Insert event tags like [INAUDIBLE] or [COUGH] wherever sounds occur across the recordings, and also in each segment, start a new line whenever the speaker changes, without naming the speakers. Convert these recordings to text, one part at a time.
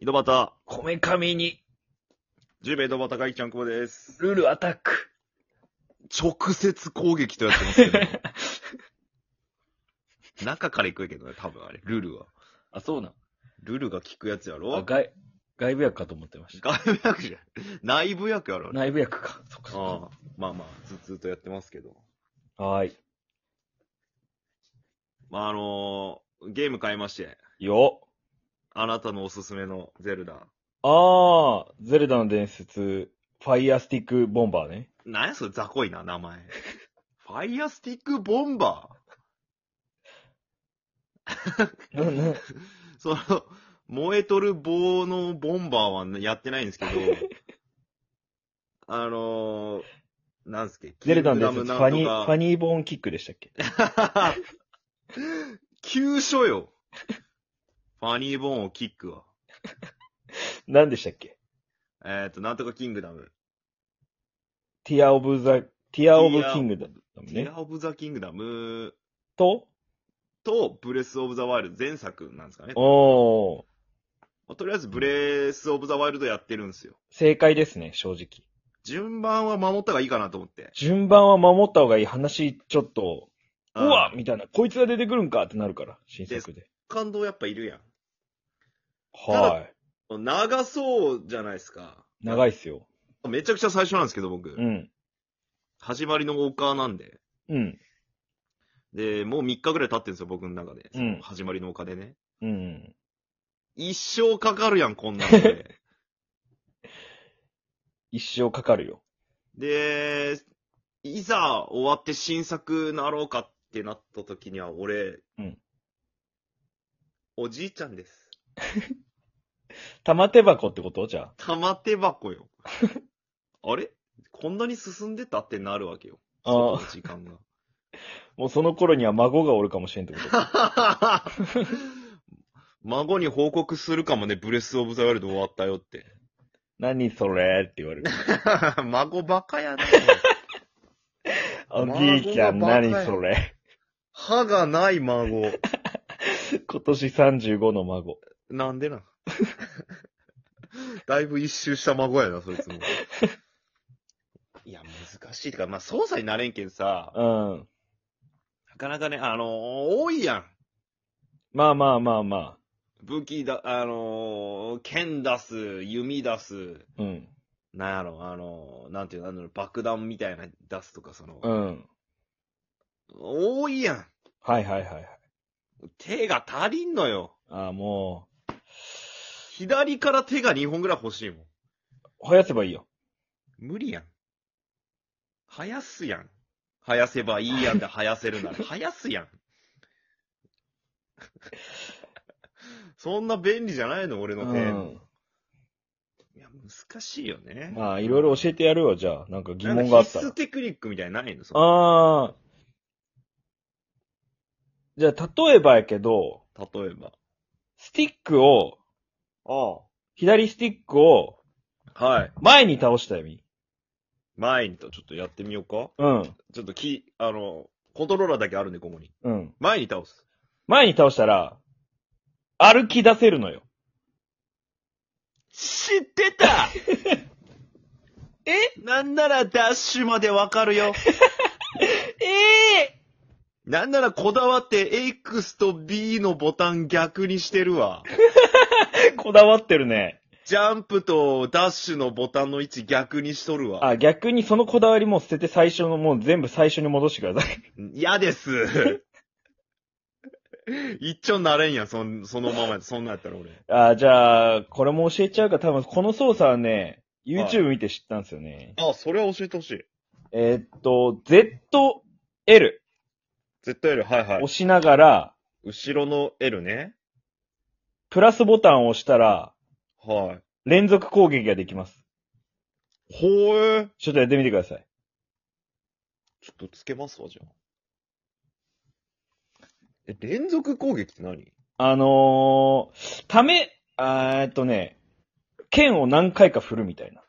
井戸端、
こめかみに、
十兵衛井戸端会議ちゃんこぼです。
ルールアタック。
直接攻撃とやってますけ
[LAUGHS]
ど。中から行くけどね、多分あれ、ルールは。
[LAUGHS] あ、そうな
ルールが効くやつや
のあ
ろ
外、外部役かと思ってました。
外部役じゃん。内部役やろ、あれ
内部役か。そっか
ああ
そ
まあまあ、ずずっとやってますけど。
っか。はー
まああのーゲーム買いまして、
い。よ。
あなたのおすすめのゼルダ。
あー、ゼルダの伝説、ファイアスティックボンバー [LAUGHS] ね。
なんやそれ、雑魚いな、名前。ファイアスティックボンバ
な、な、
ー。 [LAUGHS] その、燃えとる棒のボンバーはやってないんです
[LAUGHS]
けど、あのー、なんすっけ、
ゼルダの伝
キング
説、
ダム
ファ
なん
ニ
と
ー、
か
ファニーボーンキックでしたっけ
[LAUGHS] 急所よ。ファニーボーンをキックは。
何でしたっけ
えっ、と、なんとかキングダム。
ティア・オブ・ザ、ティア・オブ・キングダム
テ
ね
ィ。ア・オブ・ザ・キングダム
と、
と、ブレス・オブ・ザ・ワイルド前作なんですかね。
おー、
まあとりあえず、ブレス・オブ・ザ・ワイルドやってるんですよ。
正解ですね、正直。
順番は守った方がいいかなと思って。
順番は守った方がいい話、ちょっと、う
うん
わみたいな、こいつが出てくるんかってなるから、新作で。
感動やっぱいるやただ
は
ん。長そうじゃないですか。
い。長
い。
いっすよ。
めちゃくちゃ最初なんですけど、僕。
うん。
始まりの丘なんで。
うん。
で、もう3日ぐらい経ってるんですよ、僕の中で。
うん
その始まりの丘でね。
うん。
一生かかるやん、こんなので。
[LAUGHS] 一生かかるよ。
で、いざ終わって新作なろうかってなった時には、俺、
うん
おじいちゃんです。
玉手箱ってことじゃあ。
玉手箱
[LAUGHS]
よ。あれこんなに進んでたってなるわけよ。
あ
外の
ー
時間が。
もうその頃には孫がおるかもしれんってこと
[LAUGHS] 孫に報告するかもね、ブレスオブザワールド終わったよって。
何それって言われる。
[LAUGHS] 孫バカやな。
おじいちゃん
孫がバカや
何それ。
歯がない孫。
今年35の孫。
[LAUGHS] なんでな。 [LAUGHS] だいぶ一周した孫やな、そいつも。 [LAUGHS] いや、難しい。てか、まあ、操作になれんけんさ、
うん。
なかなかね、あのー多いやん。
まあまあまあま
武器だ、あのー剣出す、弓出す、
あ。うん。
なんやろ、あのーなんていうの、なんだろう爆弾みたいなの出すとか、その、
うん。
多いやん。
はいはいはいはい。
手が足りんのよ。
ああ、も
左から手が2本ぐらい欲しいもん。
う、生やせばいいよ。
無理やん。生やすやん。生やせばいいやん
[LAUGHS]
で生やせるなら、生やすやん。 [LAUGHS] そんな便利じゃないの俺
う
の手。
ん。
いや、難しいよね。
まあ、いろいろ教えてやるわ、じゃあ。なんか疑
なん
問
か
があった
必須
ら。
テクニックみたいなのないのその
ああ。じゃあ、例えばやけど、
例えば。
スティックを、
あ
左スティックを
あ。はい。
前に倒したよ、み。
前にと、ちょっとやってみようか。
うん。
ちょっとき、あの、コントローラーだけあるんで、ここに。
うん。
前に倒す。
前に倒したら、歩き出せるのよ。
知ってた [LAUGHS] えなんならダッシュまでわかる [LAUGHS] よ。
ええ
なんならこだわって X と B のボタン逆にしてるわ。
こだわってるね。
ジャンプとダッシュのボタンの位置逆にしとるわ。
あ、逆にそのこだわりも捨てて最初のもう全部最初に戻してください。 [LAUGHS]
嫌です。 [LAUGHS] 一丁なれんやん、そんそのままやそんなんやったら俺。
あ、じゃあ、これも教えちゃうか、多分この操作はね、YouTube 見て知ったんですよね。
あ、それは教えてほしい。
えーっと、ZL
絶対 L、はいは
押
い。
しながら、
後ろの L ね。
プラスボタンを押したら、
は
連続攻撃ができます。
い。ほえ。
ちょっとやってみてください。
ちょっとつけますわ、じゃあ。え、連続攻撃って何
あのー、ため、あーえっとね、剣を何回か振るみたいな。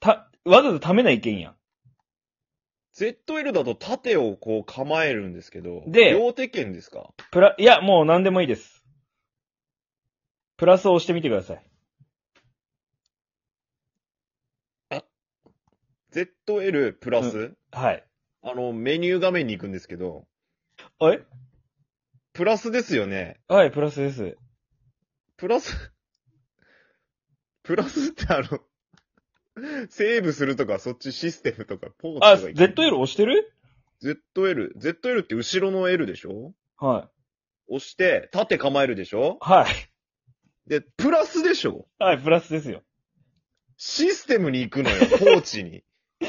た、わざわざためない剣やん。
?ZL だと縦をこう構えるんですけど。
で
両手剣ですか
プラ、いや、もう何でもいいです。プラスを押してみてください。
ZL プラス、
うはい。
あの、メニュー画面に行くんですけど、
え
プラスですよね。
はい、プラスです。
プラス、 [LAUGHS] プラスってあの、セーブするとか、そっちシステムとか、ポーズとか
あ、
行く
ZL 押してる
ZL。ZL って後ろの L でしょ
は
押して、縦構えるでしょ
い。はい。
で、プラスでしょ
はい、プラスですよ。
システムに行
[LAUGHS]
くのよ、ポーチに。
え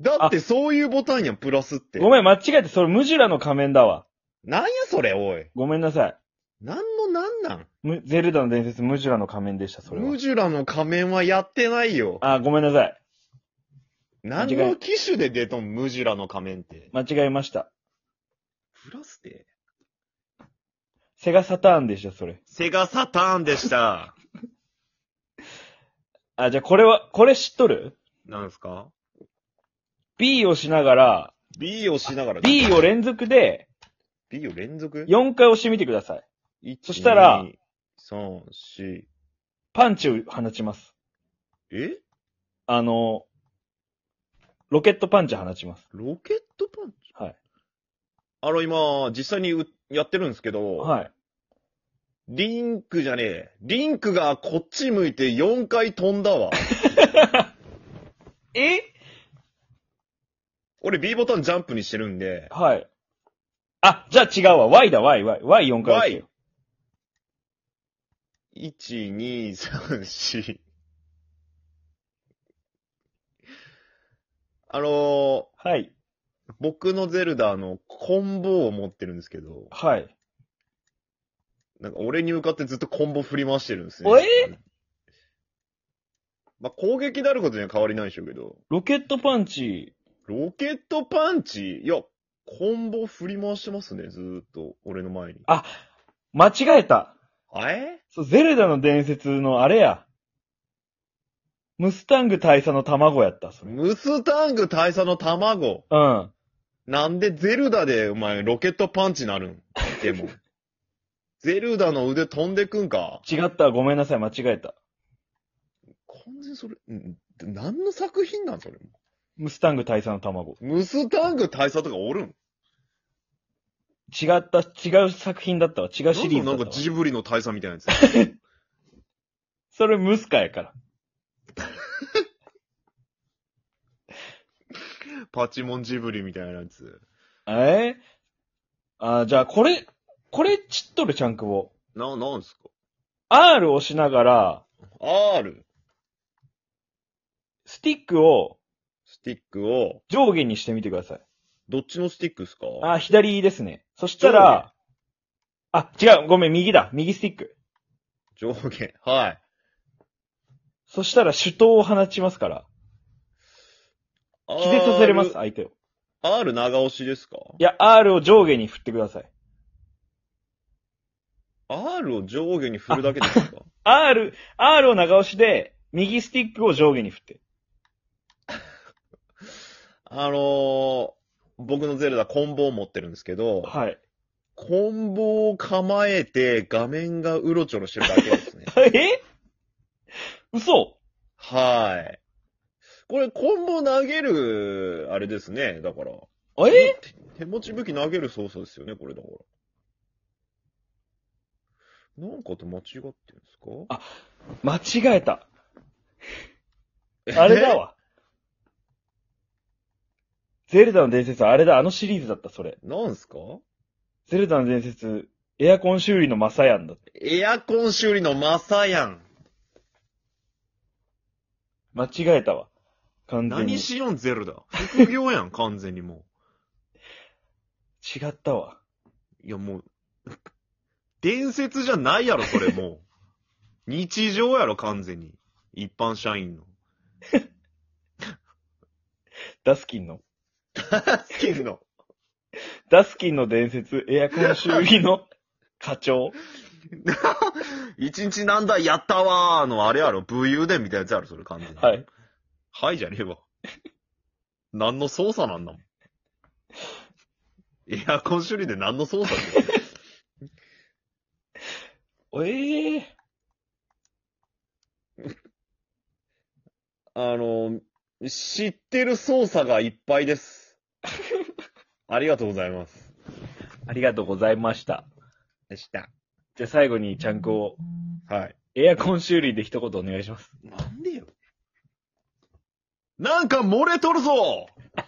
だってそういうボタンやん、プラスって。
ごめん、間違えて、それムジュラの仮面だわ。
なんやそれ、おい。
ごめんなさい。
なんのなんなん
むゼルダの伝説、ムジュラの仮面でした、それは
ム。ジュラの仮面はやってないよ。
あ、ごめんなさい。
何の機種で出とん、ムジュラの仮面って。
間違えました。
プラスって
セガサターンでした、それ。
セガサターンで
[LAUGHS]
した。
あ、じゃあこれは、これ知っとる
なんですか
?B をしながら、
?B をしながら。
B を連続で
B を連続
4回押してみてください。そしたら、
3、4、
パンチを放ちます。
え
あの、ロケットパンチ放ちます。
ロケットパンチ
はい。
あの、今、実際にうやってるんですけど、
はい。
リンクじゃねえ。リンクがこっち向いて4回飛んだわ。
え
俺 B ボタンジャンプにしてるんで、
はい。あ、じゃあ違うわ。Y だ、Y、Y。Y4 回押してよ。
1、2、3、4。あのー
はい。
僕のゼルダのコンボを持ってるんですけど、
はい。
なんか俺に向かってずっとコンボ振り回してるんですね。
おえ
まあ、攻撃であることには変わりないでしょうけど、
ロケットパンチ、
ロケットパンチいや、コンボ振り回してますね、ずーっと、俺の前に。
間違えた。
あえ
そう、ゼルダの伝説のあれや。ムスタング大佐の卵やった、それ。うん。
ムスタング大佐の卵。
あ、
なんでゼルダでお前ロケットパンチなるんでも。 [LAUGHS] ゼルダの腕飛んでくんか
違った。ごめんなさい。間違えた。
完全にそれ、ん何の作品なんそれ。
ムスタング大佐の卵。
ムスタング大佐とかおるん
違った、違う作品だったわ。違うシリーズ
な
だっ
ん
た
か
わ。
ジブリの大佐みたいなや
[LAUGHS]
つ。
それムスカやから。
パチモンジブリみたいなやつ。
えー、あ、じゃあこれ、これ知っとる、チャンクボ。
な、なんす
R を押しながら、
か ?R、
スティックを
スティックを、
上下にしてみてください。
どっちのスティックっすか
あ、左ですね。そしたら、あ、違う、ごめん、右だ。右スティック。
上下。はい。
そしたら手刀を放ちますから。気絶させれます、相手を。
R。R 長押しですか
いや、R を上下に振ってください。
?R を上下に振るだけです
[LAUGHS]
か
R、R を長押しで、右スティックを上下に振って。
あのー、僕のゼルダコンボを持ってるんですけど、
はい。
コンボを構えて画面がうろちょろしてるだけです
[LAUGHS]
ね。
え嘘
はい。これコンボ投げる、あれですね。だから。
え
手手持ち武器投げる操作ですよね、これだから。なんかと間違ってるんですか
間違えた。あれだわ。ゼルダの伝説、あれだ、あのシリーズだった、そ
[LAUGHS]
れ。
えなんすか
ゼルダの伝説、エアコン修理のマサヤンだって。
エアコン修理のマサヤン。
間違えたわ。完全
何
に。違
しよんゼルダ。副業 [LAUGHS] やん、完全にも
ったわ。
う。いやもう、伝説じゃないやろ、それもう。日常やろ、完全に。一般社 [LAUGHS] 員の。
ダスキンの。
好きの。
ダスキンの伝説、エアコン修
[LAUGHS]
理の課長。
一日何台やったわーの、あれやろ、武勇伝みたいなやつやろ、それ完全に。
はい。
はいじゃねえわ。何の操作
[LAUGHS]
なんだもん。エアコン修理で何の操作だよ
ええ
あの、知ってる操作がいっぱいです。ありがとうございます。
ありがとうございました。
でした。
じゃあ最後にちゃんこを、
はい。
エアコン修理で一言お願いします。
なんでよ。なんか漏れとるぞ